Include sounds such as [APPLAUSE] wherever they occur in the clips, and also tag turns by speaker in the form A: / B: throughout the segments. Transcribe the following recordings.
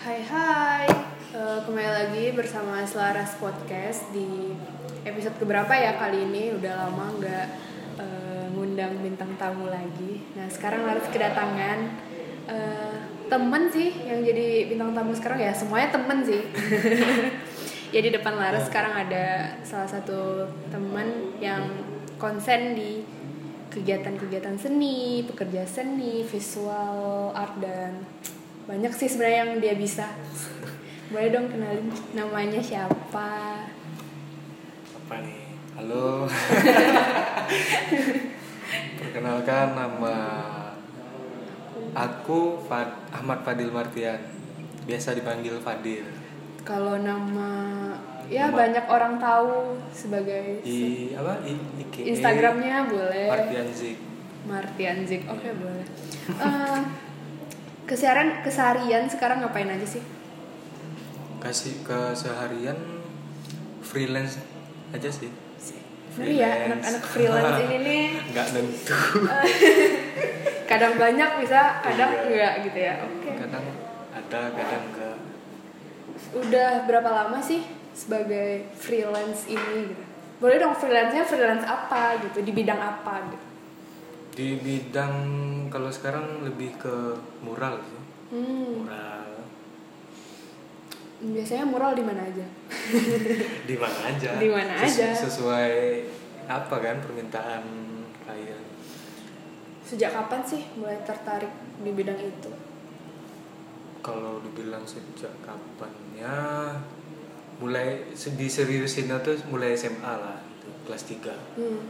A: Hai hai, Eh, kembali lagi bersama Selaras Podcast di episode keberapa ya kali ini Udah lama nggak eh, ngundang bintang tamu lagi Nah sekarang Laras kedatangan eh, temen sih yang jadi bintang tamu sekarang ya semuanya temen sih [LAUGHS] Ya di depan Laras sekarang ada salah satu temen yang konsen di kegiatan-kegiatan seni, pekerja seni, visual art dan banyak sih sebenarnya yang dia bisa. Boleh dong kenalin namanya siapa?
B: apa nih [LAUGHS] halo perkenalkan nama aku Fad- Ahmad Fadil Martian biasa dipanggil Fadil
A: Kalau nama ya
B: Nama-
A: banyak orang tahu sebagai se-
B: di apa I, IGE
A: Instagramnya boleh.
B: Martian Zik
A: Martian Zik, oke boleh. Eh, keseharian keseharian sekarang ngapain aja sih?
B: kasih keseharian freelance aja sih
A: Ini ya anak-anak freelance ini nih
B: [LAUGHS] nggak tentu
A: kadang banyak bisa, kadang
B: Iya.
A: enggak gitu ya. Oke.
B: kadang ada kadang enggak
A: Udah berapa lama sih sebagai freelance ini gitu? Boleh dong freelance-nya freelance apa gitu, di bidang apa gitu.
B: di bidang kalau sekarang lebih ke mural sih
A: Hmm,
B: mural
A: biasanya mural di mana aja?
B: di mana aja
A: Di mana aja.
B: sesuai apa kan permintaan klien
A: Sejak kapan sih mulai tertarik di bidang itu?
B: kalau dibilang sejak kapannya mulai di seriusinnya tuh mulai SMA lah gitu, kelas 3
A: Hmm.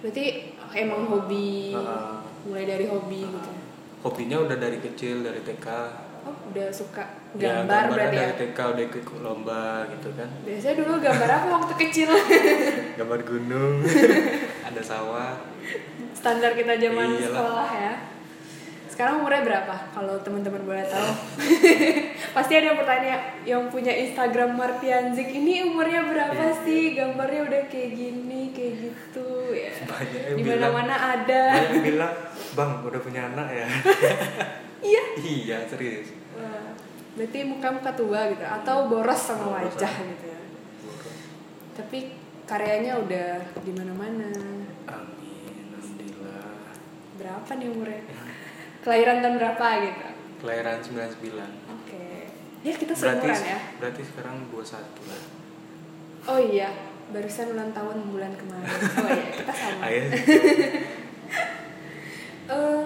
A: Berarti emang hobi
B: Ah.
A: mulai dari hobi gitu.
B: hobinya udah dari kecil dari TK
A: Oh, udah suka
B: Ya,
A: gambar
B: gambarnya
A: berarti ya.
B: dari TK udah ikut lomba gitu kan
A: Biasanya dulu gambar apa waktu kecil?
B: gambar
A: [LAUGHS]
B: gunung ada sawah
A: standar kita zaman
B: Iyalah.
A: sekolah ya. Sekarang umurnya berapa? Kalau teman-teman boleh tahu.
B: Eh.
A: [LAUGHS] Pasti ada yang bertanya yang punya Instagram Martianzik ini umurnya berapa
B: Eh.
A: sih? Gambarnya udah kayak gini, kayak gitu ya.
B: Banyak yang
A: Di mana-mana ada.
B: Banyak yang bilang bang udah punya anak ya
A: [LAUGHS] Iya.
B: iya serius
A: Wah, Berarti muka-muka tua gitu atau boros sama
B: Boros
A: wajah
B: aja.
A: gitu ya. Tapi karyanya udah di mana-mana.
B: Amin, alhamdulillah.
A: Berapa nih umurnya?
B: Eh.
A: Kelahiran tahun berapa gitu?
B: Kelahiran 99.
A: Oke. Ya kita
B: Berarti
A: seumuran ya.
B: berarti sekarang 21 lah.
A: Oh iya, barusan ulang tahun bulan kemarin. Oh iya, kita sama.
B: [LAUGHS] Ayo.
A: Eh,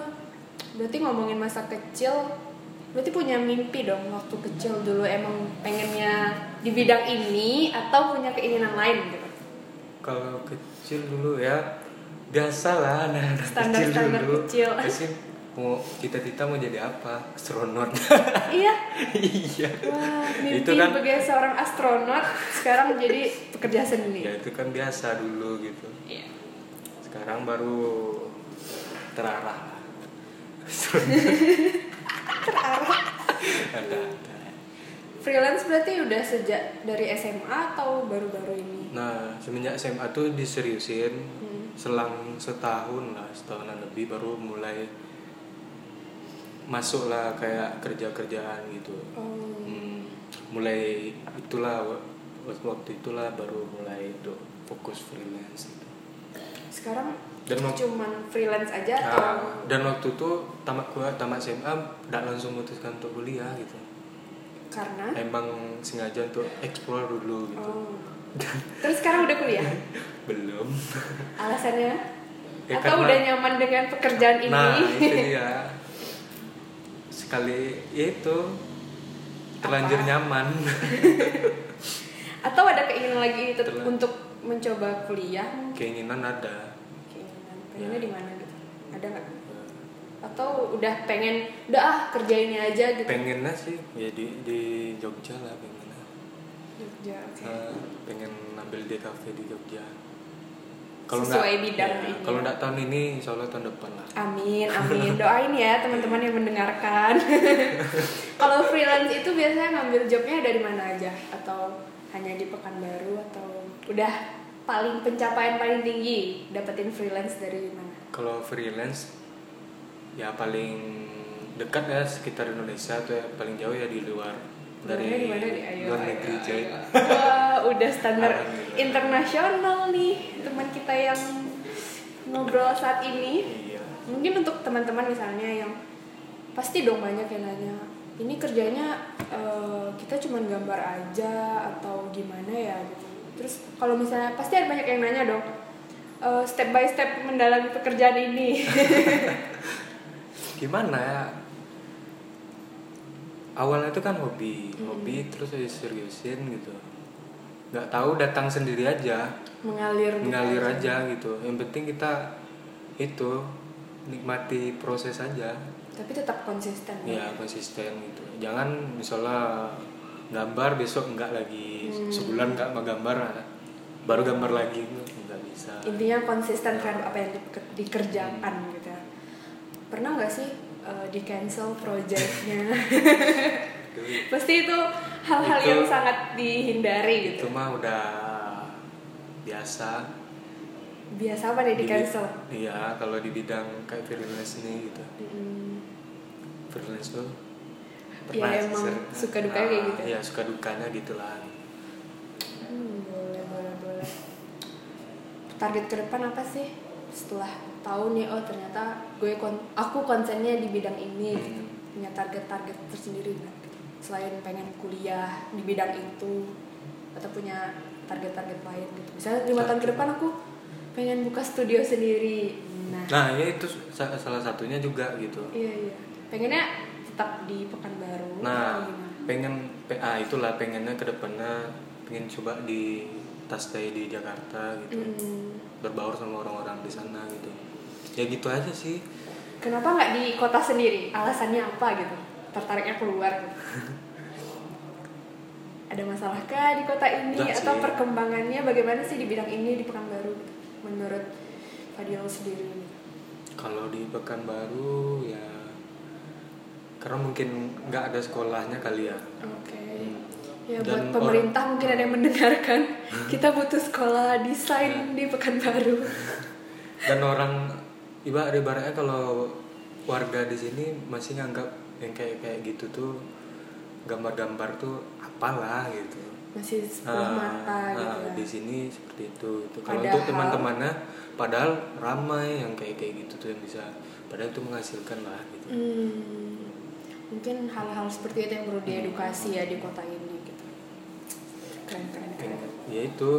A: berarti ngomongin masa kecil, berarti punya mimpi dong waktu kecil dulu emang pengennya di bidang ini atau punya keinginan lain
B: [LAUGHS]
A: gitu.
B: Kalau kecil dulu ya biasalah anak-anak kecil
A: Standar-standar
B: dulu.
A: kecil.
B: Pasti mau cita-cita mau jadi apa? Astronot.
A: iya.
B: iya.
A: Wah, mimpi
B: Itu kan-
A: sebagai seorang astronot sekarang jadi pekerja seni.
B: [LAUGHS] Ya itu kan biasa dulu gitu.
A: Iya.
B: Sekarang baru terarah. Astronot. ada, ada.
A: Freelance berarti udah sejak dari SMA atau baru-baru ini? Hmm.
B: Nah, semenjak SMA tuh diseriusin selang setahun lah, setahunan lebih baru mulai masuklah kayak kerja-kerjaan gitu.
A: Oh,
B: Hmm, mulai itulah wa- waktu itulah baru mulai itu fokus freelance gitu.
A: sekarang
B: Dan mau-
A: cuman freelance aja atau
B: Nah, dan waktu itu tamat gua tamat SMA tidak langsung memutuskan untuk kuliah gitu.
A: karena
B: Eh. Emang sengaja untuk explore dulu gitu.
A: Oh. Terus sekarang udah kuliah?
B: Belum.
A: Alasannya?
B: Ya,
A: Atau
B: karena-
A: udah nyaman dengan pekerjaan ini? [LAUGHS]
B: Nah, itu dia. Sekali itu terlanjur
A: Apa?
B: nyaman.
A: Atau ada keinginan lagi tet-
B: Betul.
A: untuk mencoba kuliah?
B: Keinginan ada.
A: Keinginan pengennya
B: Ya.
A: di mana gitu? Ada nggak? Atau udah pengen udah ah kerja ini aja gitu?
B: Eh, Pengennya sih ya di di Jogja lah pengennya.
A: Jogja, oke.
B: Eh, pengen ambil di kafe di Jogja.
A: Sesuai
B: nggak-
A: bidang
B: ya,
A: ini.
B: Kalau nggak tahun ini, insya Allah tahun depan lah.
A: Amin, amin. Doain ya teman-teman yang mendengarkan. [LAUGHS] Kalau freelance itu biasanya ngambil jobnya dari mana aja? Atau hanya di Pekanbaru atau udah paling pencapaian paling tinggi dapetin freelance dari mana?
B: Kalau freelance, ya paling dekat ya sekitar Indonesia tuh ya paling jauh ya di luar
A: Luarnya
B: dari
A: gimana nih? Ayo,
B: luar
A: ayo,
B: negeri
A: ayo.
B: coy
A: Wah, udah standar
B: Alhamdulillah.
A: internasional nih teman kita yang ngobrol saat ini.
B: iya
A: Mungkin untuk teman-teman misalnya yang pasti dong banyak yang nanya, ini kerjanya eh, kita cuman gambar aja atau gimana ya gitu. Terus kalau misalnya pasti ada banyak yang nanya dong, eh, step by step mendalami pekerjaan ini. [LAUGHS]
B: gimana ya awalnya itu kan hobi hobi terus aja seriusin gitu nggak tahu datang sendiri aja
A: Mengalir. gitu
B: ngalir aja gitu yang penting kita itu nikmati proses aja
A: Tapi tetap konsisten.
B: ya konsisten gitu jangan misalnya gambar besok enggak lagi sebulan enggak mau gambar baru gambar lagi enggak bisa
A: intinya konsisten terhadap apa yang dike- dikerjakan gitu ya pernah nggak sih eh, di cancel projectnya [LAUGHS]
B: Itu-
A: pasti itu hal-hal
B: Itu-
A: yang sangat dihindari
B: itu
A: gitu
B: mah udah biasa
A: biasa apa nih di
B: Di-
A: cancel
B: iya kalau di bidang kayak freelance nih gitu
A: Hmm,
B: freelance tuh
A: Ya, emang
B: ser-
A: suka dukanya kayak gitu. Nah.
B: iya suka dukanya gitulah
A: Hmm, boleh boleh boleh target ke depan apa sih setelah tahu nih oh ternyata gue kon- aku konsennya di bidang ini
B: Hmm.
A: gitu. punya target-target tersendiri nggak gitu? selain pengen kuliah di bidang itu atau punya target-target lain gitu misalnya lima tahun ke depan aku pengen buka studio sendiri nah,
B: nah ya itu sa- salah satunya juga gitu
A: iya iya pengennya tetap di pekanbaru atau
B: Nah,
A: gimana?
B: pengen PA itulah pengennya kedepannya pengen coba di tas stay di Jakarta gitu,
A: Hmm.
B: berbaur sama orang-orang di sana gitu. Ya gitu aja sih.
A: Kenapa nggak di kota sendiri? Alasannya apa gitu? Tertariknya keluar gitu. Ada masalah kah di kota ini
B: Nggak
A: atau
B: sih.
A: perkembangannya bagaimana sih di bidang ini di Pekanbaru menurut Fadil sendiri?
B: Kalau di Pekanbaru ya karena mungkin nggak ada sekolahnya kali ya.
A: Oke.
B: Hmm.
A: Ya buat
B: Dan
A: pemerintah
B: orang-
A: mungkin ada yang mendengarkan
B: [LAUGHS]
A: kita butuh sekolah
B: Ya.
A: desain di Pekanbaru.
B: Dan orang iba ibaratnya kalau warga di sini masih nganggap yang kayak kayak gitu tuh gambar-gambar tuh apalah gitu.
A: Masih sebelah
B: Ah,
A: mata
B: ah,
A: gitu. ya.
B: di sini seperti itu gitu. kalau
A: Padahal-
B: untuk teman-temannya padahal ramai yang kayak kayak gitu tuh yang bisa padahal itu menghasilkan lah gitu
A: Hmm, mungkin hal-hal seperti itu yang perlu diedukasi ya di kota ini gitu. Keren keren keren.
B: Pengen- ya itu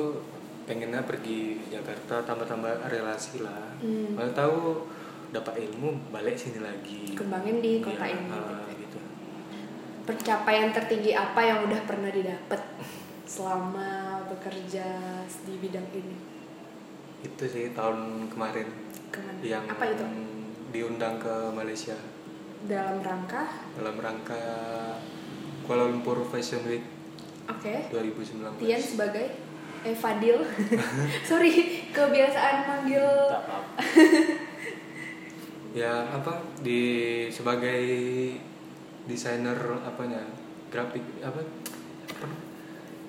B: pengennya pergi ke Jakarta tambah-tambah relasi lah
A: Hmm.
B: Kalau tahu dapat ilmu balik sini lagi
A: Kembangin di kota
B: Ya,
A: ini.
B: ah,
A: gitu.
B: gitu.
A: Pencapaian tertinggi apa yang udah pernah didapat selama bekerja di bidang ini?
B: itu sih tahun kemarin
A: Kemana?
B: yang
A: apa itu?
B: diundang ke Malaysia
A: Dalam rangka,
B: dalam rangka Kuala Lumpur Fashion Week
A: oke.
B: 2019
A: Tian sebagai eh Fadil, [LAUGHS] sorry kebiasaan panggil
B: ya apa di sebagai desainer apanya grafik apa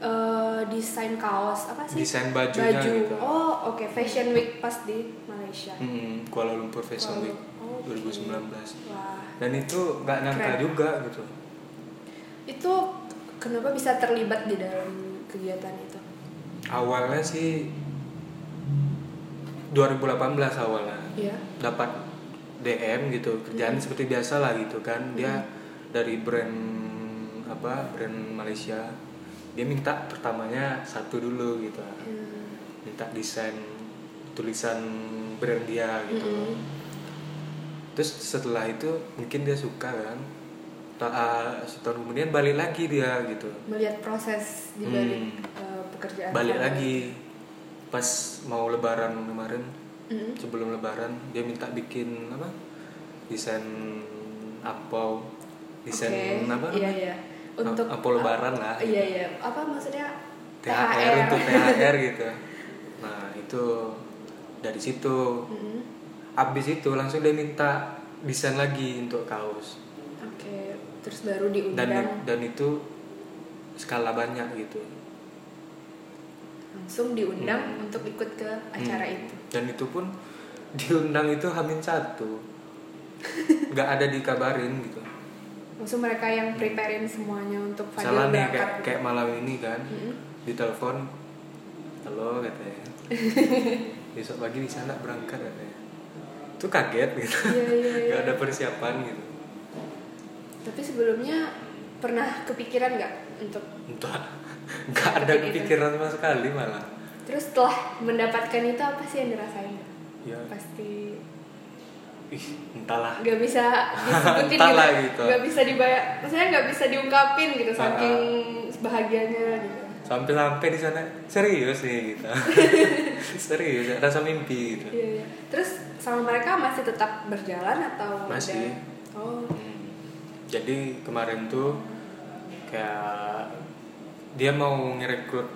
A: eh, desain kaos apa sih?
B: desain bajunya
A: Baju.
B: gitu
A: Oh oke Fashion Week pas di Malaysia.
B: Mm, Kuala Lumpur Fashion
A: Kuala-
B: Week
A: oke.
B: 2019
A: Wah,
B: dan itu nggak nyangka
A: Keren.
B: juga gitu
A: itu kenapa bisa terlibat di dalam kegiatan itu?
B: awalnya sih 2018 awalnya
A: Iya.
B: dapat DM gitu kerjaan seperti biasa lah gitu kan dia dari brand apa brand Malaysia dia minta pertamanya satu dulu gitu
A: Hmm.
B: minta desain tulisan brand dia gitu
A: Mm-mm.
B: terus setelah itu mungkin dia suka kan Ta- ah, setahun kemudian balik lagi dia gitu
A: Melihat proses di balik
B: Hmm.
A: eh, pekerjaan.
B: balik
A: kamu.
B: lagi pas mau lebaran kemarin
A: Mm-mm.
B: sebelum lebaran dia minta bikin apa desain ampau desain
A: Oke,
B: apa
A: Iya iya. Untuk
B: Ampau lebaran lah, gitu.
A: Iya iya. Apa maksudnya?
B: THR untuk
A: [LAUGHS]
B: THR gitu nah itu dari situ
A: Mm-mm.
B: abis itu langsung dia minta desain lagi untuk kaos
A: Oke. Terus baru diundang
B: dan dan itu skala banyak gitu
A: langsung diundang untuk ikut ke acara
B: Hmm.
A: itu.
B: dan itu pun diundang itu hamin satu nggak ada dikabarin gitu
A: maksud mereka yang preparein semuanya untuk Fadil
B: Salah nih
A: berangkat.
B: kayak kayak malam ini kan
A: Mm-mm.
B: ditelepon halo
A: [LAUGHS]
B: katanya besok pagi bisa anak berangkat katanya itu kaget gitu
A: Iya,
B: [LAUGHS]
A: iya, iya.
B: gak ada persiapan gitu
A: Tapi sebelumnya pernah kepikiran nggak untuk
B: entah nggak ada
A: Kepikiran.
B: kepikiran sama sekali malah
A: terus setelah mendapatkan itu apa sih yang dirasain?
B: ya
A: Pasti
B: ih entahlah
A: nggak bisa disebutin
B: Entahlah gitu.
A: gitu, nggak bisa dibayar, maksudnya nggak bisa diungkapin gitu
B: Ah.
A: saking bahagianya gitu.
B: sampai-sampai di sana serius nih
A: [LAUGHS]
B: gitu serius rasa mimpi gitu
A: Iya, iya. Terus sama mereka masih tetap berjalan atau
B: Masih.
A: ada- Oh,
B: jadi kemarin tuh kayak dia mau ngerekrut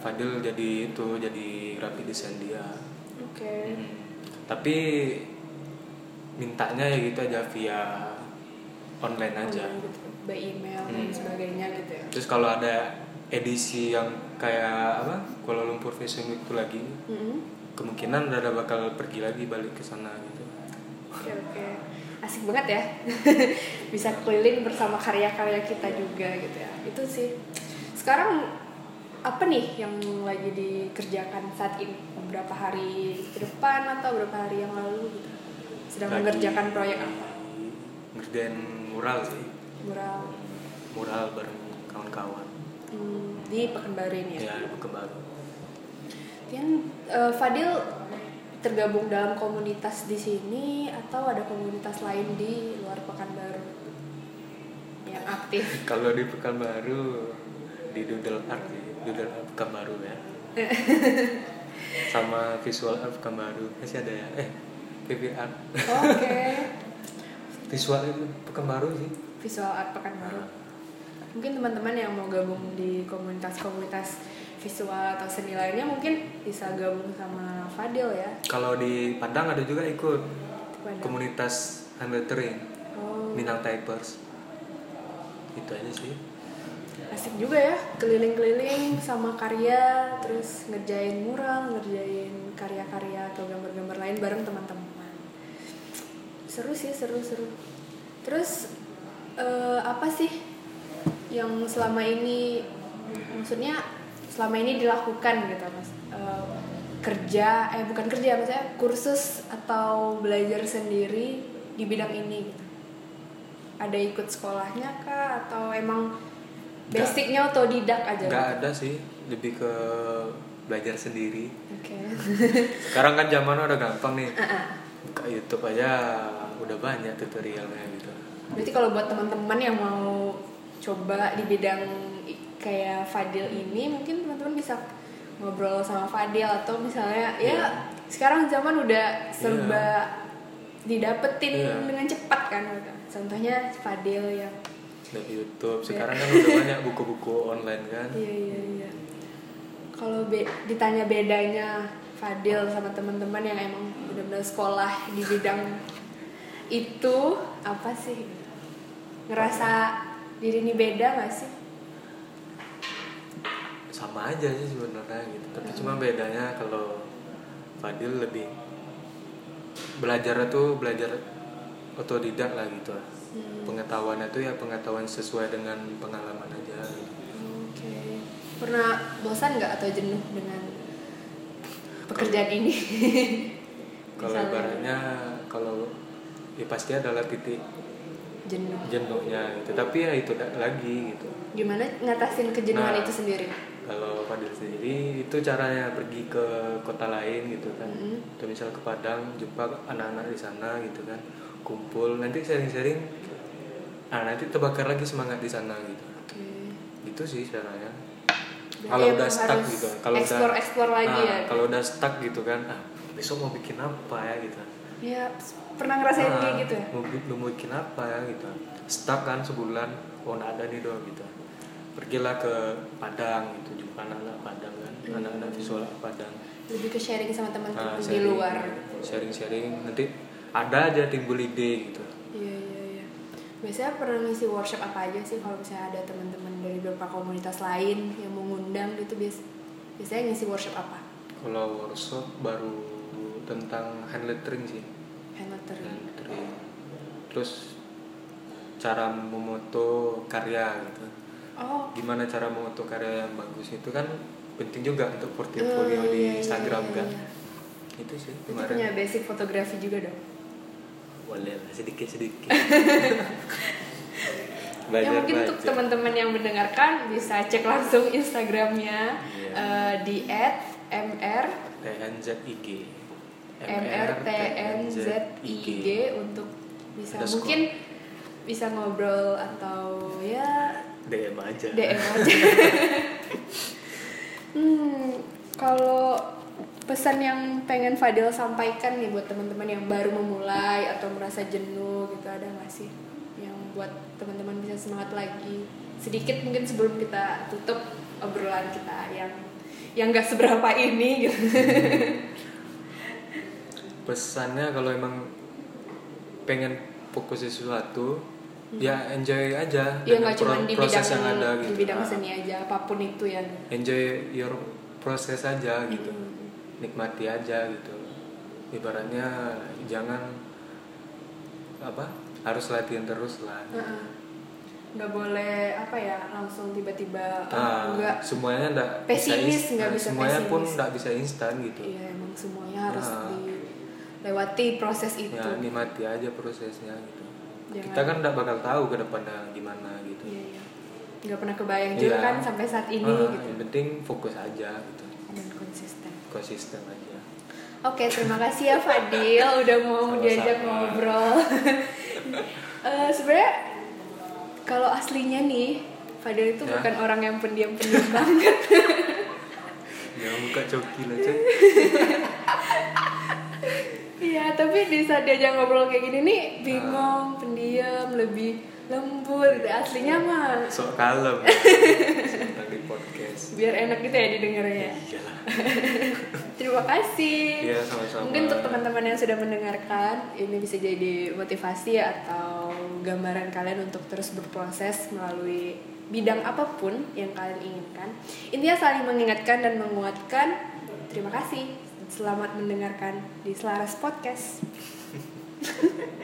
B: Fadil jadi itu jadi graphic design dia
A: oke.
B: Hmm. tapi mintanya ya gitu aja via online aja
A: Online gitu, by email dan
B: Hmm.
A: sebagainya gitu ya.
B: terus kalau ada edisi yang kayak apa Kuala Lumpur Fashion Week itu lagi
A: Mm-mm.
B: kemungkinan Rara bakal pergi lagi balik ke sana gitu
A: Oke oke. Asik banget ya. [LAUGHS] Bisa keliling bersama karya-karya kita juga gitu ya. Itu sih. Sekarang apa nih yang lagi dikerjakan saat ini? Beberapa hari ke depan atau beberapa hari yang lalu gitu? Sedang
B: Lagi
A: mengerjakan proyek apa?
B: ngerjain mural sih
A: Mural
B: mural bareng kawan-kawan
A: hmm, di Pekanbaru ini ya.
B: ya ibu kembar
A: Tian, eh, Fadil tergabung dalam komunitas di sini atau ada komunitas lain di luar Pekanbaru yang aktif?
B: [LAUGHS] kalau di Pekanbaru di Doodle Art sih Doodle Art Pekanbaru ya sama Visual Art Pekanbaru masih ada ya eh VV Art
A: Oke,
B: Visual itu Pekanbaru sih
A: visual art Pekanbaru. Mungkin teman-teman yang mau gabung di komunitas-komunitas visual atau seni lainnya mungkin bisa gabung sama Fadil ya.
B: kalau di Padang ada juga ikut
A: Padang.
B: komunitas hand lettering
A: Oh,
B: Minang Typers itu aja sih
A: asik juga ya, keliling-keliling sama karya, terus ngerjain mural, ngerjain karya-karya atau gambar-gambar lain bareng teman-teman. Seru sih, seru, seru. Terus eh, apa sih yang selama ini, maksudnya selama ini dilakukan gitu, mas? Eh, kerja, eh bukan kerja, maksudnya kursus atau belajar sendiri di bidang ini gitu ada ikut sekolahnya kah atau emang
B: Nggak.
A: basicnya otodidak aja
B: nggak ada sih lebih ke belajar sendiri
A: oke
B: sekarang kan zaman udah gampang nih buka YouTube aja udah banyak tutorialnya gitu
A: berarti kalau buat teman-teman yang mau coba di bidang i- kayak Fadil ini mungkin teman-teman bisa ngobrol sama Fadil atau misalnya ya
B: Iya.
A: sekarang zaman udah serba
B: Iya.
A: didapetin
B: Iya.
A: dengan cepat kan contohnya Fadil ya. yang
B: dari YouTube sekarang kan
A: [LAUGHS]
B: udah banyak buku-buku online kan
A: Iya iya iya. Kalau be- ditanya bedanya Fadil sama teman-teman yang emang benar-benar sekolah di bidang itu apa sih? Ngerasa diri ini beda gak sih?
B: sama aja sih sebenarnya gitu tapi cuma bedanya kalau Fadil lebih belajarnya tuh belajar otodidak lah gitu
A: Iya. Hmm,
B: pengetahuannya tuh ya pengetahuan sesuai dengan pengalaman aja gitu.
A: Oke. Pernah bosan nggak atau jenuh dengan pekerjaan ini?
B: [LAUGHS] kalau
A: Misalnya.
B: ibaratnya kalau ya pasti adalah titik
A: jenuh.
B: jenuhnya gitu tapi ya itu dak lagi gitu
A: Gimana ngatasin kejenuhan
B: Nah.
A: itu sendiri?
B: kalau Fadil sendiri itu caranya pergi ke kota lain gitu kan
A: Mhm.
B: atau misal ke Padang jumpa anak-anak di sana gitu kan kumpul nanti sharing-sharing ah nanti terbakar lagi semangat di sana gitu
A: Oke.
B: gitu sih caranya
A: Berarti
B: kalau udah
A: emang
B: stuck
A: harus
B: gitu kalau udah
A: explore-explore lagi
B: Ah,
A: ya?
B: kalau udah stuck gitu kan ah, besok mau bikin apa ya gitu
A: Ya pernah ngerasain
B: Ah,
A: kayak gitu ya?
B: mau, bi- mau bikin apa ya gitu stuck kan sebulan oh nggak ada nih doang gitu pergilah ke Padang gitu jumpa anak-anak Padang kan anak-anak visual art Padang
A: lebih ke sharing sama
B: Ah,
A: teman-teman Hmm. di
B: sharing-
A: luar.
B: sharing-sharing nanti ada aja timbul ide gitu
A: Iya iya iya. Biasanya pernah ngisi workshop apa aja sih kalau misalnya ada teman-teman dari beberapa komunitas lain yang mengundang gitu bias biasanya ngisi workshop apa?
B: kalau workshop baru tentang hand lettering sih Hmm.
A: Hand lettering.
B: hand lettering terus cara memoto karya gitu
A: oh
B: gimana cara memoto karya yang bagus itu kan penting juga untuk portfolio
A: Hmm,
B: di
A: iya, iya,
B: Instagram
A: iya,
B: kan
A: iya.
B: itu sih
A: itu punya
B: kemarin
A: basic fotografi juga dong
B: boleh lah, sedikit
A: ya
B: sedikit [LAUGHS] belajar
A: mungkin untuk
B: belajar
A: teman-teman yang mendengarkan bisa cek langsung Instagramnya
B: Iya.
A: eh, di @mr
B: TNZIG
A: MRTNZIG untuk bisa
B: Underscore.
A: mungkin bisa ngobrol atau ya
B: DM aja
A: DM
B: [LAUGHS]
A: aja. [LAUGHS] hmm, kalau pesan yang pengen Fadil sampaikan nih buat teman-teman yang baru memulai atau merasa jenuh gitu ada nggak sih yang buat teman-teman bisa semangat lagi sedikit mungkin sebelum kita tutup obrolan kita yang yang nggak seberapa ini
B: [LAUGHS]
A: gitu.
B: pesannya kalau emang pengen fokus di sesuatu ya enjoy aja
A: Hmm. ya
B: dengan
A: nggak cuma
B: pro-
A: di bidang
B: proses yang ada gitu
A: di bidang
B: Ah,
A: seni aja apapun itu ya. yang
B: enjoy your proses aja gitu
A: Mm.
B: nikmati aja gitu ibaratnya jangan apa harus latihan terus lah
A: Heeh. Ah, nggak boleh apa ya langsung tiba-tiba
B: Ah,
A: enggak
B: semuanya enggak
A: Pesimis, nggak bisa
B: ah, semuanya pun
A: pesimis.
B: enggak bisa instan gitu
A: Iya emang semuanya harus
B: Ah.
A: dilewati proses itu.
B: ya nikmati aja prosesnya gitu
A: gitu. Jangan-
B: kita kan enggak bakal tahu ke depannya gimana gitu
A: Iya iya. Nggak pernah kebayang juga
B: Iya.
A: kan sampai saat ini
B: Ah,
A: gitu
B: yang penting fokus aja gitu
A: dan konsisten.
B: konsisten aja
A: Oke terima kasih ya Fadil udah mau
B: Sama-sama.
A: diajak ngobrol. [LAUGHS] Eh, Sebenarnya kalau aslinya nih Fadil itu
B: Ya.
A: bukan orang yang pendiam-pendiam [LAUGHS] banget.
B: ya buka coki lah
A: [LAUGHS]
B: Cek.
A: Iya tapi di saat diajak ngobrol kayak gini nih
B: Ah.
A: bingung, pendiam, lebih lembur. Aslinya mah
B: sok kalem tentang di podcast
A: biar enak gitu ya didengarnya.
B: iyalah
A: Terima kasih.
B: Iya, sama-sama.
A: Mungkin untuk teman-teman yang sudah mendengarkan, ini bisa jadi motivasi atau gambaran kalian untuk terus berproses melalui bidang apapun yang kalian inginkan. Intinya saling mengingatkan dan menguatkan. Terima kasih. Selamat mendengarkan di Selaras Podcast.